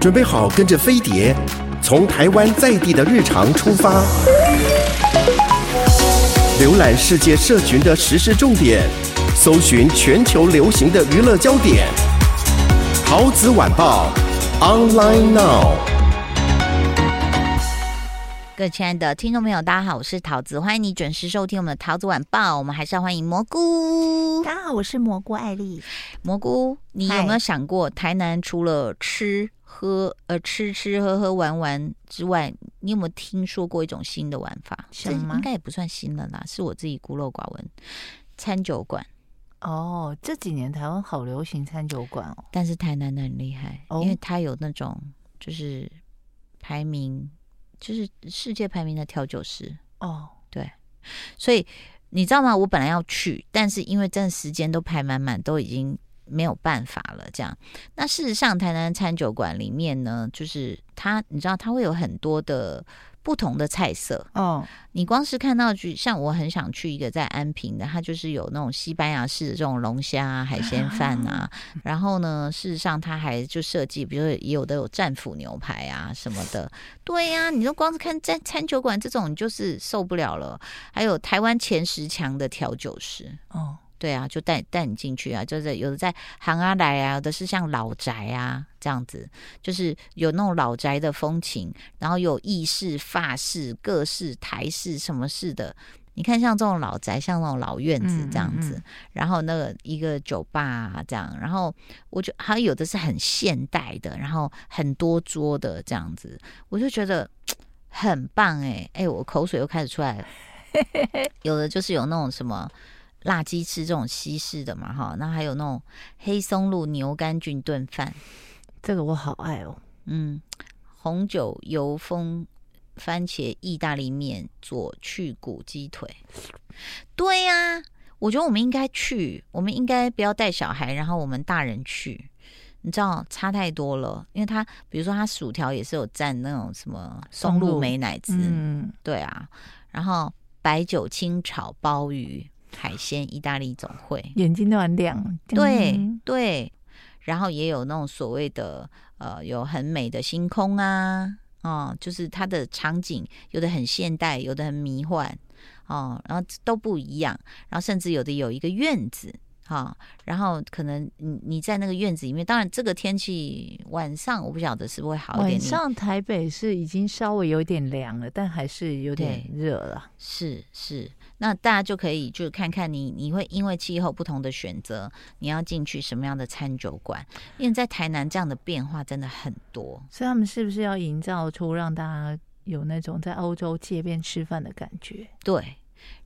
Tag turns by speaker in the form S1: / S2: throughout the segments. S1: 准备好跟着飞碟，从台湾在地的日常出发，浏览世界社群的时事重点，搜寻全球流行的娱乐焦点。桃子晚报，online now。
S2: 各位亲爱的听众朋友，大家好，我是桃子，欢迎你准时收听我们的桃子晚报。我们还是要欢迎蘑菇。
S3: 大家好，我是蘑菇艾丽。
S2: 蘑菇，你有没有
S3: 嗨
S2: 想过，台南除了吃喝呃吃吃喝喝玩玩之外，你有没有听说过一种新的玩法？
S3: 什
S2: 这
S3: 么
S2: 应该也不算新的啦，是我自己孤陋寡闻。餐酒馆，
S3: 哦，这几年台湾好流行餐酒馆哦。
S2: 但是台南的很厉害，
S3: 哦
S2: 因为它有那种就是排名，就是世界排名的调酒师。
S3: 哦，
S2: 所以你知道吗？我本来要去，但是因为真的时间都排满满，都已经没有办法了。这样，那事实上，台南餐酒馆里面呢，就是它，你知道，它会有很多的不同的菜色。
S3: 哦，
S2: 你光是看到去，像我很想去一个在安平的，它就是有那种西班牙式的这种龙虾、啊、海鲜饭啊。然后呢，事实上它还就设计，比如说也有的有战斧牛排啊什么的。对呀、你就光是看在餐酒馆这种，你就是受不了了。还有台湾前十强的调酒师。
S3: 哦，
S2: 对啊，就带带你进去啊，就是有的在行阿来啊，有的是像老宅啊这样子，就是有那种老宅的风情，然后有意式、法式、各式、台式什么式的。你看，像这种老宅，像那种老院子
S3: 嗯
S2: 这样子，
S3: 嗯嗯
S2: 然后那个一个酒吧、啊、这样，然后我就还有的是很现代的，然后很多桌的这样子，我就觉得很棒哎、哎、我口水又开始出 来了。有的就是有那种什么辣鸡翅这种西式的嘛哈，那还有那种黑松露牛肝菌炖饭，
S3: 这个我好爱哦。
S2: 嗯，红酒油封番茄意大利面左去骨鸡腿，对呀、我觉得我们应该去，我们应该不要带小孩，然后我们大人去。你知道差太多了，因为它比如说它薯条也是有蘸那种什么松
S3: 松
S2: 露
S3: 露
S2: 美乃滋，
S3: 嗯，
S2: 对啊，然后白酒清炒鲍鱼、海鲜意大利总会，
S3: 眼睛都很亮。
S2: 对
S3: 嗯
S2: 对，然后也有那种所谓的呃，有很美的星空啊，哦、就是它的场景有的很现代，有的很迷幻，哦，然后都不一样，然后甚至有的有一个院子。哈、然后可能你你在那个院子里面，当然这个天气晚上我不晓得是不是会好一点。
S3: 晚
S2: 你
S3: 上台北是已经稍微有点凉了，但还是有点
S2: 对
S3: 热了。
S2: 是是，那大家就可以就看看你，你会因为气候不同的选择，你要进去什么样的餐酒馆？因为在台南这样的变化真的很多。
S3: 所以他们是不是要营造出让大家有那种在欧洲街边吃饭的感觉？
S2: 对，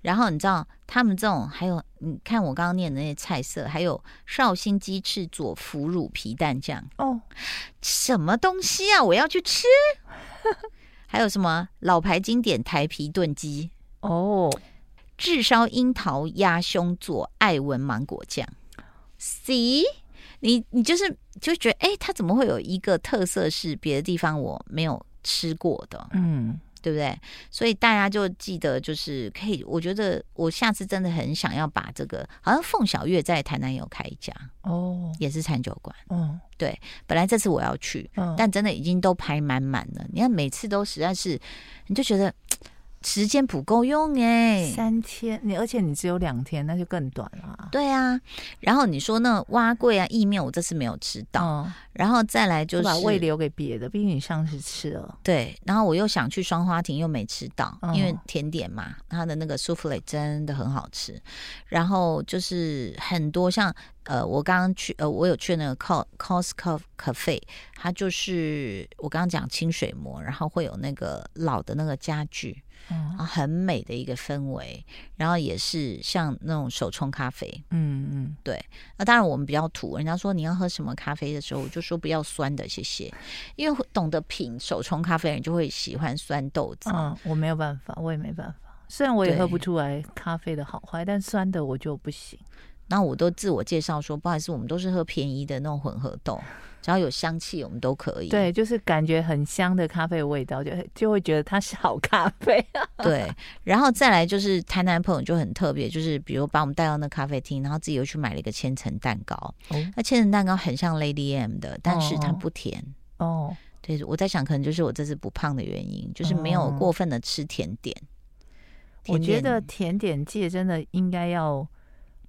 S2: 然后你知道他们这种还有，你看我刚刚念的那些菜色，还有绍兴鸡翅佐腐乳皮蛋酱，
S3: 哦，
S2: 什么东西啊？我要去吃。 还有什么老牌经典台皮炖鸡、
S3: 哦，
S2: 炙烧樱桃鸭胸佐艾文芒果酱。See，你你就是就觉得，哎、它怎么会有一个特色是别的地方我没有吃过的，
S3: 嗯，
S2: 对不对？所以大家就记得，就是可以，我觉得我下次真的很想要把这个，好像凤小月在台南有开一家，
S3: 哦，
S2: 也是餐酒馆，
S3: 哦，
S2: 本来这次我要去，
S3: 嗯，
S2: 但真的已经都排满满了。你看每次都实在是，你就觉得时间不够用哎、
S3: 三天，你而且你只有两天，那就更短了啊。
S2: 对啊，然后你说那蛙桂啊、意面，我这次没有吃到。
S3: 嗯
S2: 然后再来就
S3: 就是把胃留给别的，毕竟你上次吃了。
S2: 对，然后我又想去双花亭，又没吃到，
S3: 哦
S2: 因为甜点嘛，它的那个苏芙蕾真的很好吃。然后就是很多像呃，我刚刚去呃，我有去那个 cos cosco cafe，它就是我刚刚讲清水模，然后会有那个老的那个家具，
S3: 嗯
S2: 啊，很美的一个氛围。然后也是像那种手冲咖啡，
S3: 嗯
S2: 那当然我们比较土，人家说你要喝什么咖啡的时候，我就说不要酸的，谢谢。因为会懂得品手冲咖啡的人就会喜欢酸豆子。
S3: 嗯，我没有办法，我也没办法。虽然我也
S2: 对
S3: 喝不出来咖啡的好坏，但酸的我就不行。
S2: 那我都自我介绍说，不好意思，我们都是喝便宜的那种混合豆，只要有香气我们都可以。
S3: 对，就是感觉很香的咖啡的味道，就就会觉得它是好咖啡。
S2: 对，然后再来就是台南朋友就很特别，就是比如把我们带到那咖啡厅，然后自己又去买了一个千层蛋糕。
S3: 哦
S2: 那千层蛋糕很像 Lady M 的，但是它
S3: 哦哦
S2: 不甜。
S3: 哦，
S2: 对，我在想，可能就是我这次不胖的原因，就是没有
S3: 哦
S2: 过分的吃甜点。
S3: 我
S2: 甜
S3: 觉得
S2: 点
S3: 甜点界真的应该要，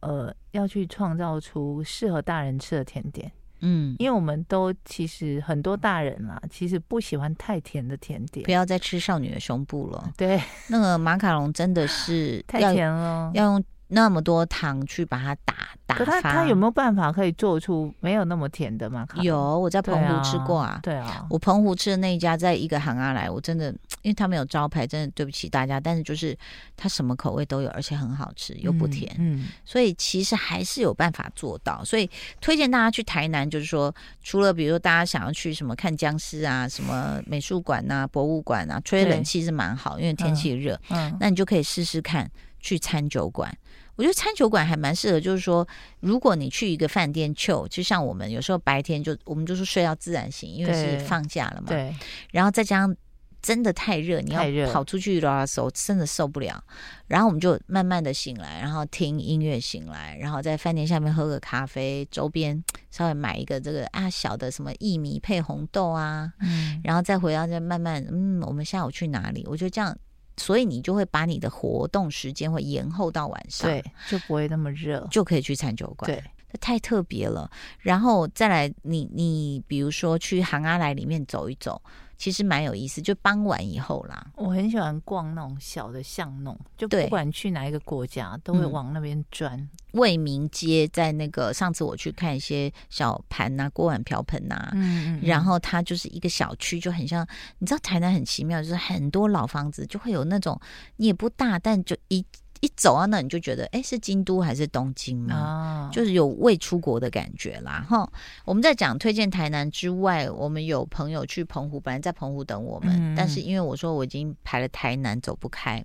S3: 呃，要去创造出适合大人吃的甜点，
S2: 嗯，
S3: 因为我们都其实很多大人啦，其实不喜欢太甜的甜
S2: 不
S3: 点，
S2: 要再吃少女的胸部了。
S3: 对，
S2: 那个马卡龙真的是
S3: 太
S2: 要
S3: 甜了。
S2: 要用那么多糖去把它打打
S3: 可他
S2: 发。
S3: 他有没有办法可以做出没有那么甜的吗？
S2: 有，我在澎湖吃过啊。
S3: 对啊，
S2: 我澎湖吃的那一家，在一个行阿来，我真的，因为他没有招牌，真的对不起大家。但是就是它什么口味都有，而且很好吃，又不甜，
S3: 嗯，
S2: 所以其实还是有办法做到。所以推荐大家去台南，就是说，除了比如说大家想要去什么看僵尸啊、什么美术馆啊、博物馆啊，吹
S3: 对
S2: 冷气是蛮好，因为天气热。
S3: 嗯嗯，
S2: 那你就可以试试看去餐酒馆。我觉得餐酒馆还蛮适合，就是说，如果你去一个饭店 chill，就像我们有时候白天就我们就是睡到自然醒，因为
S3: 对
S2: 是放假了嘛。。
S3: 对，
S2: 然后再加上真的太热，你
S3: 太热
S2: 要跑出去拉拉手，真的受不了。然后我们就慢慢的醒来，然后听音乐醒来，然后在饭店下面喝个咖啡，周边稍微买一个这个啊小的什么薏米配红豆啊，
S3: 嗯，
S2: 然后再回到再慢慢，嗯，我们下午去哪里？我觉得这样，所以你就会把你的活动时间会延后到晚上，
S3: 对，，就不会那么热，
S2: 就可以去餐酒馆，
S3: 对，
S2: 这太特别了。然后再来你，你比如说去杭阿来里面走一走，其实蛮有意思，就傍晚以后啦，
S3: 我很喜欢逛那种小的巷弄，就不
S2: 对
S3: 管去哪一个国家，都会
S2: 嗯
S3: 往那边钻。
S2: 为民街在那个上次我去看一些小盘呐、锅碗瓢盆啊呐、
S3: 嗯
S2: 然后它就是一个小区，就很像你知道台南很奇妙，就是很多老房子就会有那种你也不大，但就一一走到那你就觉得，哎，是京都还是东京吗？
S3: 啊，
S2: 就是有未出国的感觉啦，哈。我们在讲推荐台南之外，我们有朋友去澎湖，本来在澎湖等我们，
S3: 嗯
S2: 但是因为我说我已经排了台南走不开，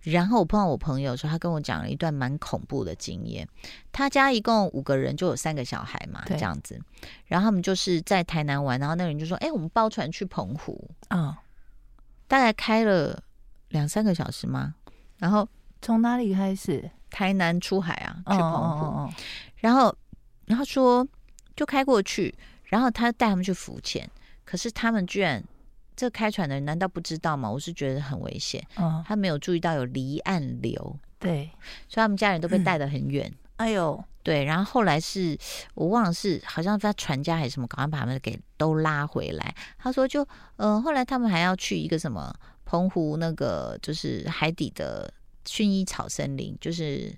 S2: 然后我碰到我朋友的时候，他跟我讲了一段蛮恐怖的经验。他家一共五个人，就有三个小孩嘛，
S3: 对
S2: 这样子。然后他们就是在台南玩，然后那个人就说：“哎、我们包船去澎湖，
S3: 啊，
S2: 大概开了两三个小时嘛。”然后
S3: 从哪里开始？
S2: 台南出海啊，
S3: 哦
S2: 去澎湖，然后然后说就开过去，然后他带他们去浮潜，可是他们居然这开船的人难道不知道吗？我是觉得很危险，
S3: 哦哦哦，
S2: 他没有注意到有离岸流，
S3: 对，
S2: 所以他们家人都被带得很远。
S3: 哎呦，
S2: 对，然后后来是我忘了是好像他船家还是什么，赶快把他们给都拉回来。他说就呃，后来他们还要去一个什么澎湖那个就是海底的薰衣草森林，就是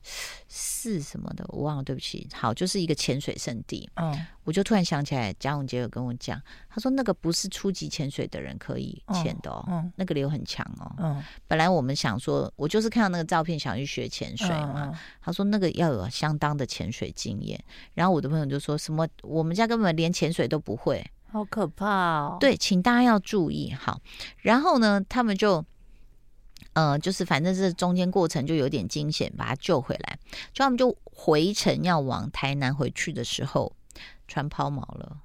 S2: 是什么的，我忘了，对不起。好，就是一个潜水圣地。
S3: 嗯，
S2: 我就突然想起来，贾永杰有跟我讲，他说那个不是初级潜水的人可以潜的哦，
S3: 嗯
S2: 那个流很强哦。
S3: 嗯，
S2: 本来我们想说，我就是看到那个照片想去学潜水嘛，
S3: 嗯，
S2: 他说那个要有相当的潜水经验。然后我的朋友就说什么我们家根本连潜水都不会，
S3: 嗯好可怕哦。，
S2: 对，请大家要注意好。然后呢，他们就。呃，就是反正这中间过程就有点惊险，把他救回来。就他们就回程要往台南回去的时候，船抛锚了，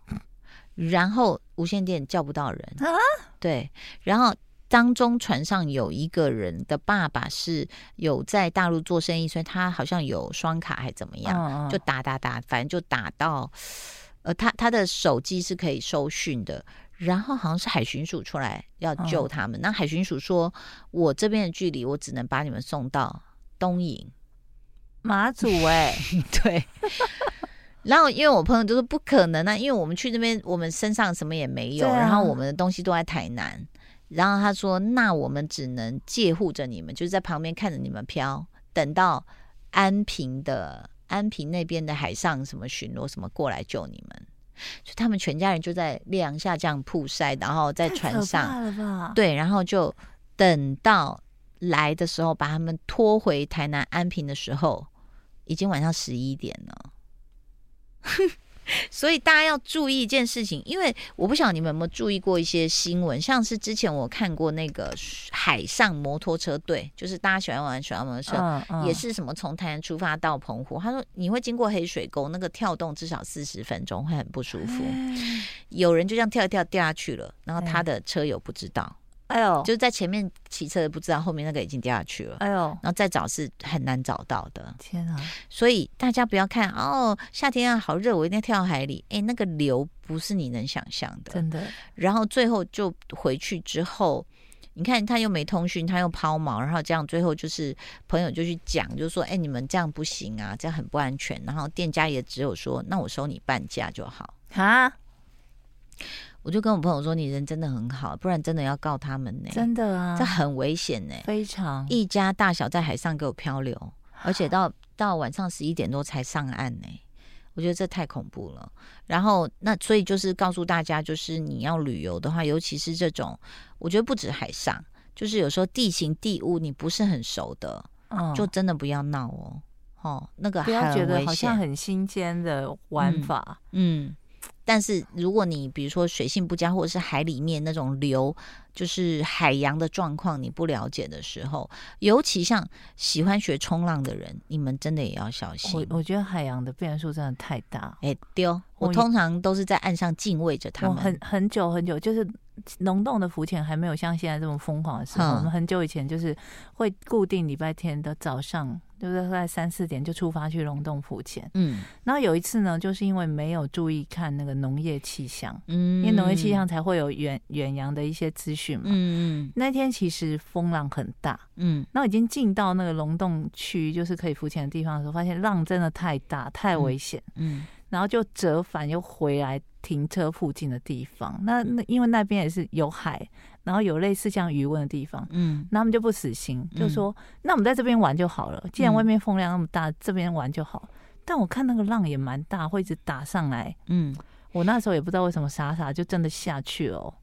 S2: 然后无线电叫不到人
S3: 啊
S2: 对，然后当中船上有一个人的爸爸是有在大陆做生意，所以他好像有双卡还怎么样，
S3: 嗯
S2: 就打打打，反正就打到，呃，他他的手机是可以收讯的。然后好像是海巡署出来要救他们，那海巡署说：“我这边的距离，我只能把你们送到东营。
S3: 马祖哎，
S2: 对。然后，因为我朋友就说不可能啊，因为我们去那边，我们身上什么也没有，
S3: 对啊
S2: 然后我们的东西都在台南。然后他说，那我们只能借护着你们，就是在旁边看着你们飘，等到安平的安平那边的海上什么巡逻什么过来救你们。所以他们全家人就在烈阳下这样曝晒，然后在
S3: 太
S2: 船
S3: 可
S2: 上
S3: 怕了吧？
S2: 对，然后就等到来的时候，把他们拖回台南安平的时候，已经晚上十一点了。 所以大家要注意一件事情，因为我不晓得你们有没有注意过一些新闻，像是之前我看过那个海上摩托车队，就是大家喜欢玩水上摩托车，
S3: 嗯，嗯
S2: 也，是什么从台南出发到澎湖，他说你会经过黑水沟，那个跳动至少四十分钟，会很不舒服。
S3: 哎
S2: 有人就这样跳一跳掉下去了，然后他
S3: 嗯
S2: 的车友不知道，
S3: 哎呦，
S2: 就是在前面骑车的不知道，后面那个已经掉下去了。
S3: 哎呦，
S2: 然后再找是很难找到的，
S3: 天啊，
S2: 所以大家不要看哦，夏天啊好热，我一定要跳到海里。哎，那个流不是你能想象的。
S3: 真的，
S2: 然后最后就回去之后，你看他又没通讯，他又抛锚，然后这样最后就是朋友就去讲，就说哎你们这样不行啊，这样很不安全。然后店家也只有说那我收你半价就好。哎
S3: 哈，
S2: 我就跟我朋友说你人真的很好，不然真的要告他们呢、
S3: 真的啊
S2: 这，很危险呢、
S3: 非常，
S2: 一家大小在海上给我漂流，而且到到晚上十一点多才上岸呢、我觉得这太恐怖了。然后那所以就是告诉大家，就是你要旅游的话，尤其是这种，我觉得不止海上，就是有时候地形地物你不是很熟的，
S3: 嗯
S2: 就真的不要闹哦。哦，那个
S3: 不要
S2: 很
S3: 觉得
S2: 危
S3: 好像
S2: 险
S3: 很新鲜的玩法，
S2: 嗯，但是如果你比如说水性不佳，或者是海里面那种流，就是海洋的状况你不了解的时候，尤其像喜欢学冲浪的人，你们真的也要小心
S3: 我。我觉得海洋的变数真的太大。
S2: 哎，丢！我
S3: 我
S2: 通常都是在岸上敬畏着他
S3: 我
S2: 们。
S3: 很很久很久，就是农洞的浮潜还没有像现在这么疯狂的时候，
S2: 嗯
S3: 我们很久以前就是会固定礼拜天的早上，就是大概三四点就出发去龙洞浮潜。
S2: 嗯
S3: 然后有一次呢，就是因为没有注意看那个农业气象，
S2: 嗯
S3: 因为农业气象，才会有远远洋的一些资讯嘛。
S2: 嗯
S3: 那天其实风浪很大，
S2: 嗯
S3: 那已经进到那个龙洞区，就是可以浮潜的地方的时候，发现浪真的太大，太危险。
S2: 嗯
S3: 然后就折返又回来停车附近的地方。那那因为那边也是有海，然后有类似像余温的地方，
S2: 嗯
S3: 那他们就不死心，
S2: 嗯
S3: 就说、那我们在这边玩就好了。既然
S2: 嗯
S3: 外面风量那么大，这边玩就好。但我看那个浪也蛮大，会一直打上来。
S2: 嗯
S3: 我那时候也不知道为什么傻傻就真的下去了哦。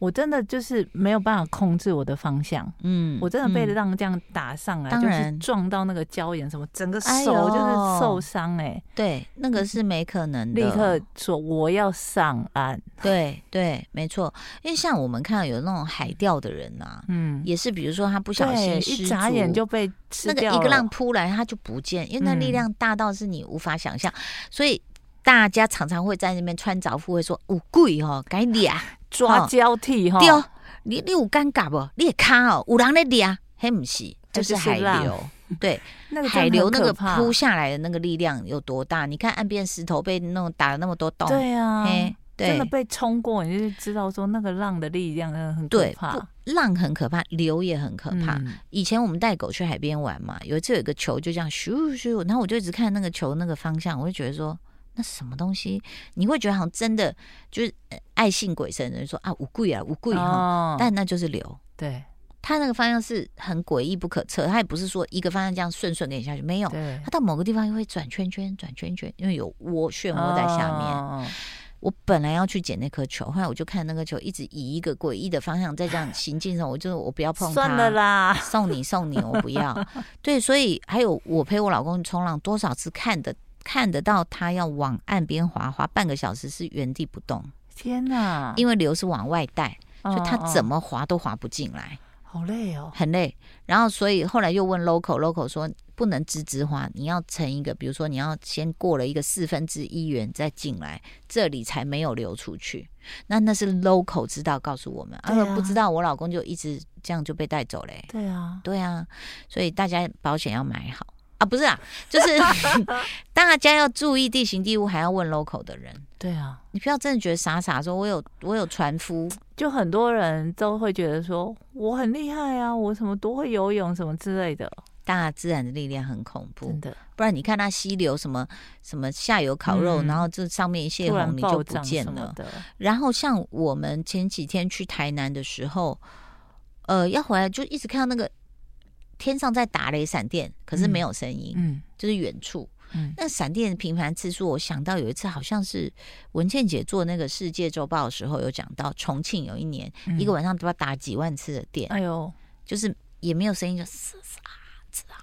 S3: 我真的就是没有办法控制我的方向，
S2: 嗯
S3: 我真的被浪这样打上来，
S2: 当
S3: 就是
S2: 然
S3: 撞到那个礁岩什么，整个
S2: 哎
S3: 手就是
S2: 呦
S3: 受伤哎、
S2: 对那个是没可能的，
S3: 立刻说我要上岸。
S2: 对对，没错。因为像我们看到有那种海钓的人啊呐、
S3: 嗯，
S2: 也是，比如说他不小心
S3: 对，
S2: 失
S3: 一眨
S2: 足
S3: 眼就被吃
S2: 那个
S3: 掉
S2: 一个
S3: 了
S2: 浪扑来，它就不见，因为那力
S3: 嗯
S2: 量大到是你无法想象，所以大家常常会在那边穿凿附会说：“有鬼哦，该俩
S3: 抓
S2: 哦
S3: 交替哈，
S2: 丢，你你有尴尬不？你也卡哦，有人在俩，嘿不是，就
S3: 那
S2: 是
S3: 就是
S2: 海
S3: 浪
S2: 流， 对，
S3: 那个真的
S2: 海流
S3: 很
S2: 那
S3: 可
S2: 个
S3: 怕
S2: 扑下来的那个力量有多大？你看岸边石头被弄打了那么多洞，
S3: 对啊，
S2: 嘿，
S3: 真
S2: 对
S3: 的，被冲过，你就知道说那个浪的力量真的很可
S2: 对，
S3: 怕，
S2: 不浪很可怕，流也很可怕。
S3: 嗯
S2: 以前我们带狗去海边玩嘛，有一次有一个球就这样咻咻，然后我就一直看那个球那个方向，我就觉得说那什么东西，你会觉得好像真的就是呃爱信鬼神的人说啊无贵啊无贵哈，
S3: 哦
S2: 但那就是流，
S3: 对
S2: 它那个方向是很诡异不可测，它也不是说一个方向这样顺顺给你下去，没有，
S3: 对，
S2: 它到某个地方又会转圈圈转圈圈，因为有涡漩涡在下面。
S3: 哦
S2: 我本来要去捡那颗球，后来我就看那个球一直以一个诡异的方向在这样行进上，我就我不要碰它，
S3: 算了啦，
S2: 送你送你，我不要。 对，所以还有我陪我老公去冲浪，多少次看得看得到他要往岸边滑，滑半个小时是原地不动，
S3: 天哪，
S2: 因为流是往外带，所以他
S3: 嗯嗯
S2: 怎么滑都滑不进来，
S3: 好累哦？
S2: 很累。然后所以后来又问 local，local 说不能直直滑，你要乘一个，比如说你要先过了一个四分之一元再进来，这里才没有流出去。那那是 local 知道告诉我们，
S3: 对啊
S2: 不知道我老公就一直这样就被带走嘞、
S3: 对啊，
S2: 对啊，所以大家保险要买好啊，不是啊，就是 大家要注意地形地物，还要问 local 的人。
S3: 对啊。
S2: 你不要真的觉得傻傻说，我有我有船夫，
S3: 就很多人都会觉得说我很厉害啊，我什么多会游泳什么之类的，
S2: 大自然的力量很恐怖
S3: 真。的
S2: 不然你看它溪流什么什么下游烤肉，
S3: 嗯
S2: 然后这上面一泄
S3: 突然
S2: 洪你就
S3: 暴
S2: 不
S3: 涨
S2: 见
S3: 什么
S2: 了。
S3: 的，
S2: 然后像我们前几天去台南的时候，呃，要回来就一直看到那个天上在打雷闪电，可是没有声音，
S3: 嗯
S2: 就是远处。
S3: 嗯，
S2: 那闪电频繁次数，我想到有一次好像是文倩姐做那个世界周报的时候有讲到，重庆有一年、
S3: 嗯
S2: 一个晚上都要打几万次的电，
S3: 哎呦，
S2: 就是也没有声音，就嘶嘶啊嘶啊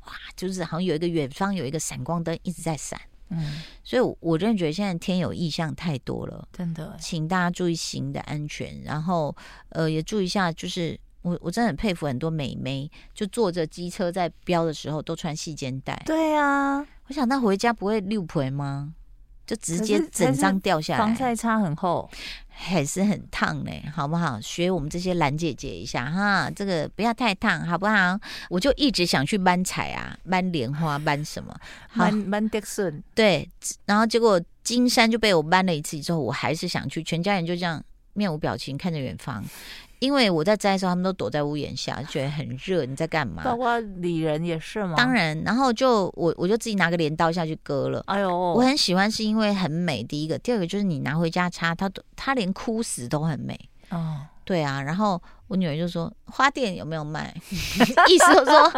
S2: 哗，就是好像有一个远方有一个闪光灯一直在闪，
S3: 嗯，
S2: 所以我我真的觉得现在天有异象太多了，
S3: 真的，
S2: 请大家注意行的安全，然后呃也注意一下就是。我我真的很佩服很多美眉，就坐着机车在飙的时候都穿细肩带。
S3: 对啊，
S2: 我想，那回家不会六陪吗？就直接
S3: 可是
S2: 整张掉下
S3: 防晒
S2: 来，
S3: 擦很厚，
S2: 还是很烫嘞、好不好？学我们这些蓝姐姐一下哈，这个不要太烫，好不好？我就一直想去搬彩啊，搬莲 花，搬什么？好
S3: 蛮，蛮得顺。
S2: 对，然后结果金山就被我搬了一次之后，我还是想去，全家人就这样面无表情看着远方，因为我在摘的时候，他们都躲在屋檐下，觉得很热，你在干嘛？
S3: 包括李仁也是吗？
S2: 当，然，然后就我我就自己拿个镰刀下去割了。
S3: 哎呦，
S2: 我很喜欢，是因为很美。第一个，第二个就是你拿回家插，它都它连枯死都很美。
S3: 哦，
S2: 对啊，然后我女儿就说花店有没有卖？ 意思就是说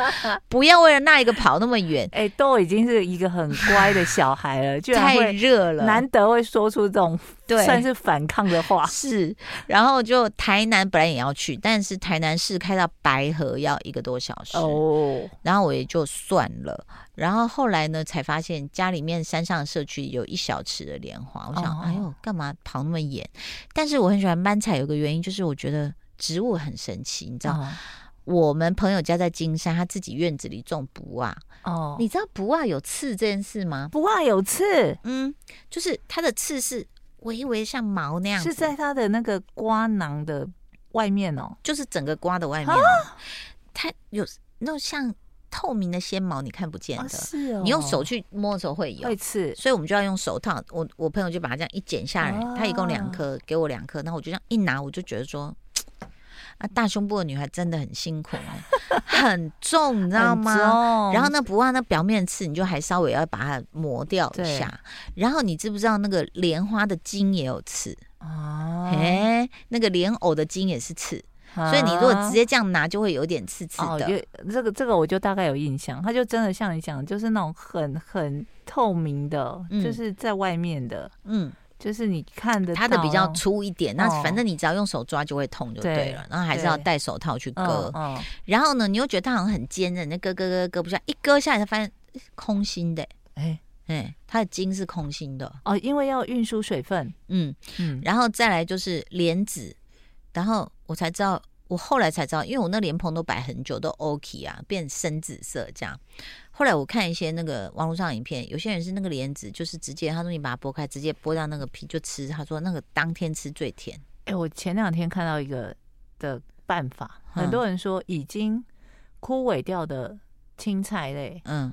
S2: 不要为了那一个跑那么远，
S3: 哎、都已经是一个很乖的小孩了，居然
S2: 太
S3: 会
S2: 热了。
S3: 难得会说出这种
S2: 对，
S3: 算是反抗的话
S2: 是，然后就台南本来也要去，但是台南市开到白河要一个多小时。
S3: 哦，
S2: 然后我也就算了，然后后来呢，才发现家里面山上社区有一小池的莲花，我想，
S3: 哦
S2: 哎呦，干嘛跑那么远？但是我很喜欢班彩，有个原因就是我觉得植物很神奇，你知道，
S3: 哦
S2: 我们朋友家在金山，他自己院子里种不啊，
S3: 哦，
S2: 你知道不啊有刺这件事吗？
S3: 不怕有刺，
S2: 嗯，就是它的刺是微微像毛那样子，
S3: 是在他的那个瓜囊的外面哦，
S2: 就是整个瓜的外面啊、它有那种像透明的纤毛，你看不见
S3: 啊
S2: 的。
S3: 是哦，
S2: 你用手去摸的时候会有
S3: 会，刺，
S2: 所以我们就要用手套。我我朋友就把它这样一剪下来，
S3: 哦
S2: 他一共两颗，给我两颗，那我就这样一拿，我就觉得说。啊，大胸部的女孩真的很辛苦、欸， 很重，你知道吗？
S3: 吗
S2: 然后那不按那表面刺，你就还稍微要把它磨掉一下。然后你知不知道那个莲花的茎也有刺？
S3: 哦，
S2: 哎、那个莲藕的茎也是刺，
S3: 啊
S2: 所以你如果直接这样拿，就会有点刺刺
S3: 哦，
S2: 的。
S3: 就这个这个我就大概有印象，它就真的像你讲的，就是那种很很透明的，
S2: 嗯
S3: 就是在外面的，
S2: 嗯，
S3: 就是你看得到
S2: 它的比较粗一点，那
S3: 哦
S2: 反正你只要用手抓就会痛就对了。然后还是要
S3: 对
S2: 戴手套去
S3: 嗯
S2: 割。
S3: 嗯
S2: 然后呢，你又觉得它好像很坚韧，那割割割割不下，一割下来才发现诶空心的、
S3: 哎、
S2: 哎、它的茎是空心的，
S3: 哦，因为要运输水分，
S2: 嗯，
S3: 嗯，
S2: 然后再来就是莲子，然后我才知道，我后来才知道，因为我那莲蓬都摆很久，都 OK 啊，变深紫色这样。后来我看一些那个网络上影片，有些人是那个莲子，就是直接他说你把它剥开，直接剥掉那个皮就吃，他说那个当天吃最甜，
S3: 哎、我前两天看到一个的办法，
S2: 嗯
S3: 很多人说已经枯萎掉的青菜类，
S2: 嗯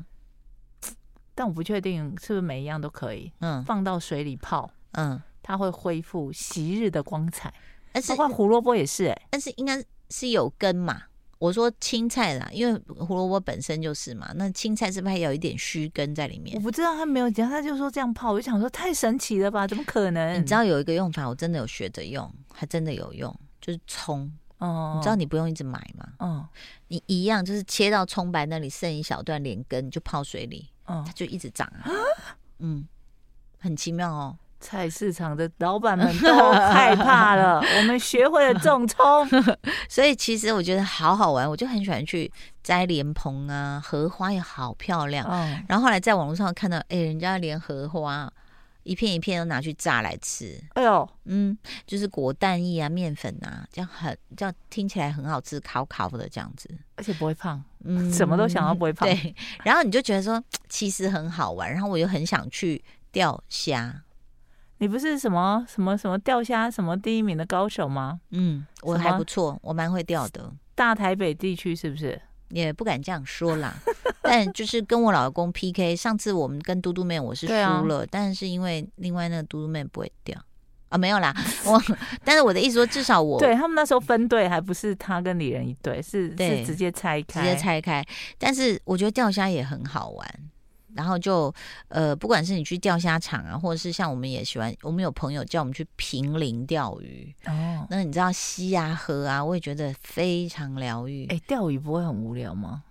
S3: 但我不确定是不是每一样都可以
S2: 嗯
S3: 放到水里泡，
S2: 嗯，
S3: 它会恢复昔日的光彩。
S2: 但是
S3: 包括胡萝卜也是、哎，
S2: 但是应该是有根嘛。我说青菜啦，因为胡萝卜本身就是嘛，那青菜是不是还有一点须根在里
S3: 我
S2: 面？
S3: 不知道他没有讲，他就说这样泡，我就想说太神奇了吧，怎么可能？
S2: 你知道有一个用法，我真的有学着用，还真的有用，就是葱。
S3: 哦，
S2: 你知道你不用一直买吗？
S3: 哦，
S2: 你一样就是切到葱白那里剩一小段连根，你就泡水里，
S3: 哦
S2: 它就一直长啊。嗯，很奇妙哦。
S3: 菜市场的老板 们都害怕了，我们学会了 种葱，
S2: 所以其实我觉得好好玩，我就很喜欢去摘莲蓬啊，荷花也好漂亮。
S3: 哦，
S2: 然后后来在网络上看到，哎、人家连荷花一片一片都拿去炸来吃，
S3: 哎呦，
S2: 嗯，就是裹蛋液啊、面粉啊，这样很这样听起来很好吃，烤烤的这样子。
S3: 而且不会胖，
S2: 嗯
S3: 什么都想 要不会胖
S2: 对，然后你就觉得说其实很好玩，然后我又很想去钓虾，
S3: 你不是什么什么什么钓虾什么第一名的高手吗？
S2: 嗯，我
S3: 什
S2: 还
S3: 么
S2: 不错，我蛮会钓的，
S3: 大台北地区是不是？
S2: 也不敢这样说啦。 但就是跟我老公 PK，上次我们跟嘟嘟妹我是输
S3: 对啊
S2: 了，但是因为另外那个嘟嘟妹不会钓啊，没有啦，我但是我的意思说，至少我
S3: 对他们那时候分队，还不是他跟李仁一队，是
S2: 对
S3: 是直接拆
S2: 直
S3: 开，
S2: 接拆开。但是我觉得钓虾也很好玩。然后就，呃，不管是你去钓虾场啊，或者是像我们也喜欢，我们有朋友叫我们去平林钓鱼，
S3: 哦。
S2: 那你知道吸啊喝啊，我也觉得非常疗愈。
S3: 哎，钓鱼不会很无聊吗？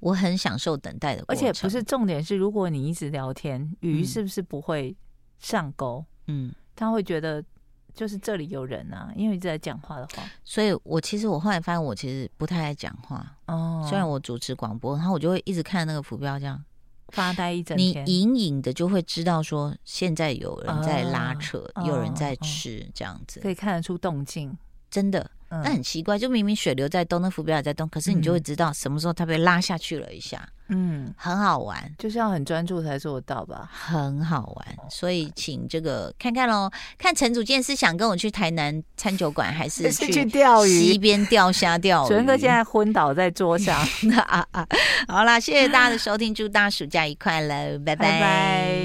S2: 我很享受等待的过
S3: 而
S2: 程，
S3: 且不是重点是，如果你一直聊天，鱼
S2: 嗯
S3: 是不是不会上钩？
S2: 嗯，
S3: 他会觉得就是这里有人啊，因为一直在讲话的话。
S2: 所以我其实我后来发现我其实不太爱讲话，
S3: 哦
S2: 虽然我主持广播，然后我就会一直看那个浮标这样，
S3: 发呆一整
S2: 你
S3: 天，
S2: 隐隐的就会知道说现在有人在拉扯，
S3: 哦
S2: 有人在
S3: 哦
S2: 吃这样子，
S3: 可以看得出动静。
S2: 真的。
S3: 嗯
S2: 那很奇怪，就明明水流在动，那浮标也在动，可是你就会
S3: 嗯
S2: 知道什么时候它被拉下去了一下，
S3: 嗯，
S2: 很好玩，
S3: 就是要很专注才做得到吧。
S2: 很好
S3: 哦
S2: 玩。所以请这个看看喽，看陈祖健是想跟我去台南餐酒馆，还是
S3: 是
S2: 去
S3: 去钓
S2: 溪
S3: 鱼，
S2: 边钓虾 钓鱼？
S3: 主任哥现在昏倒在桌上，
S2: 啊啊！好啦，谢谢大家的收听，祝大家暑假愉快喽，拜
S3: 拜拜。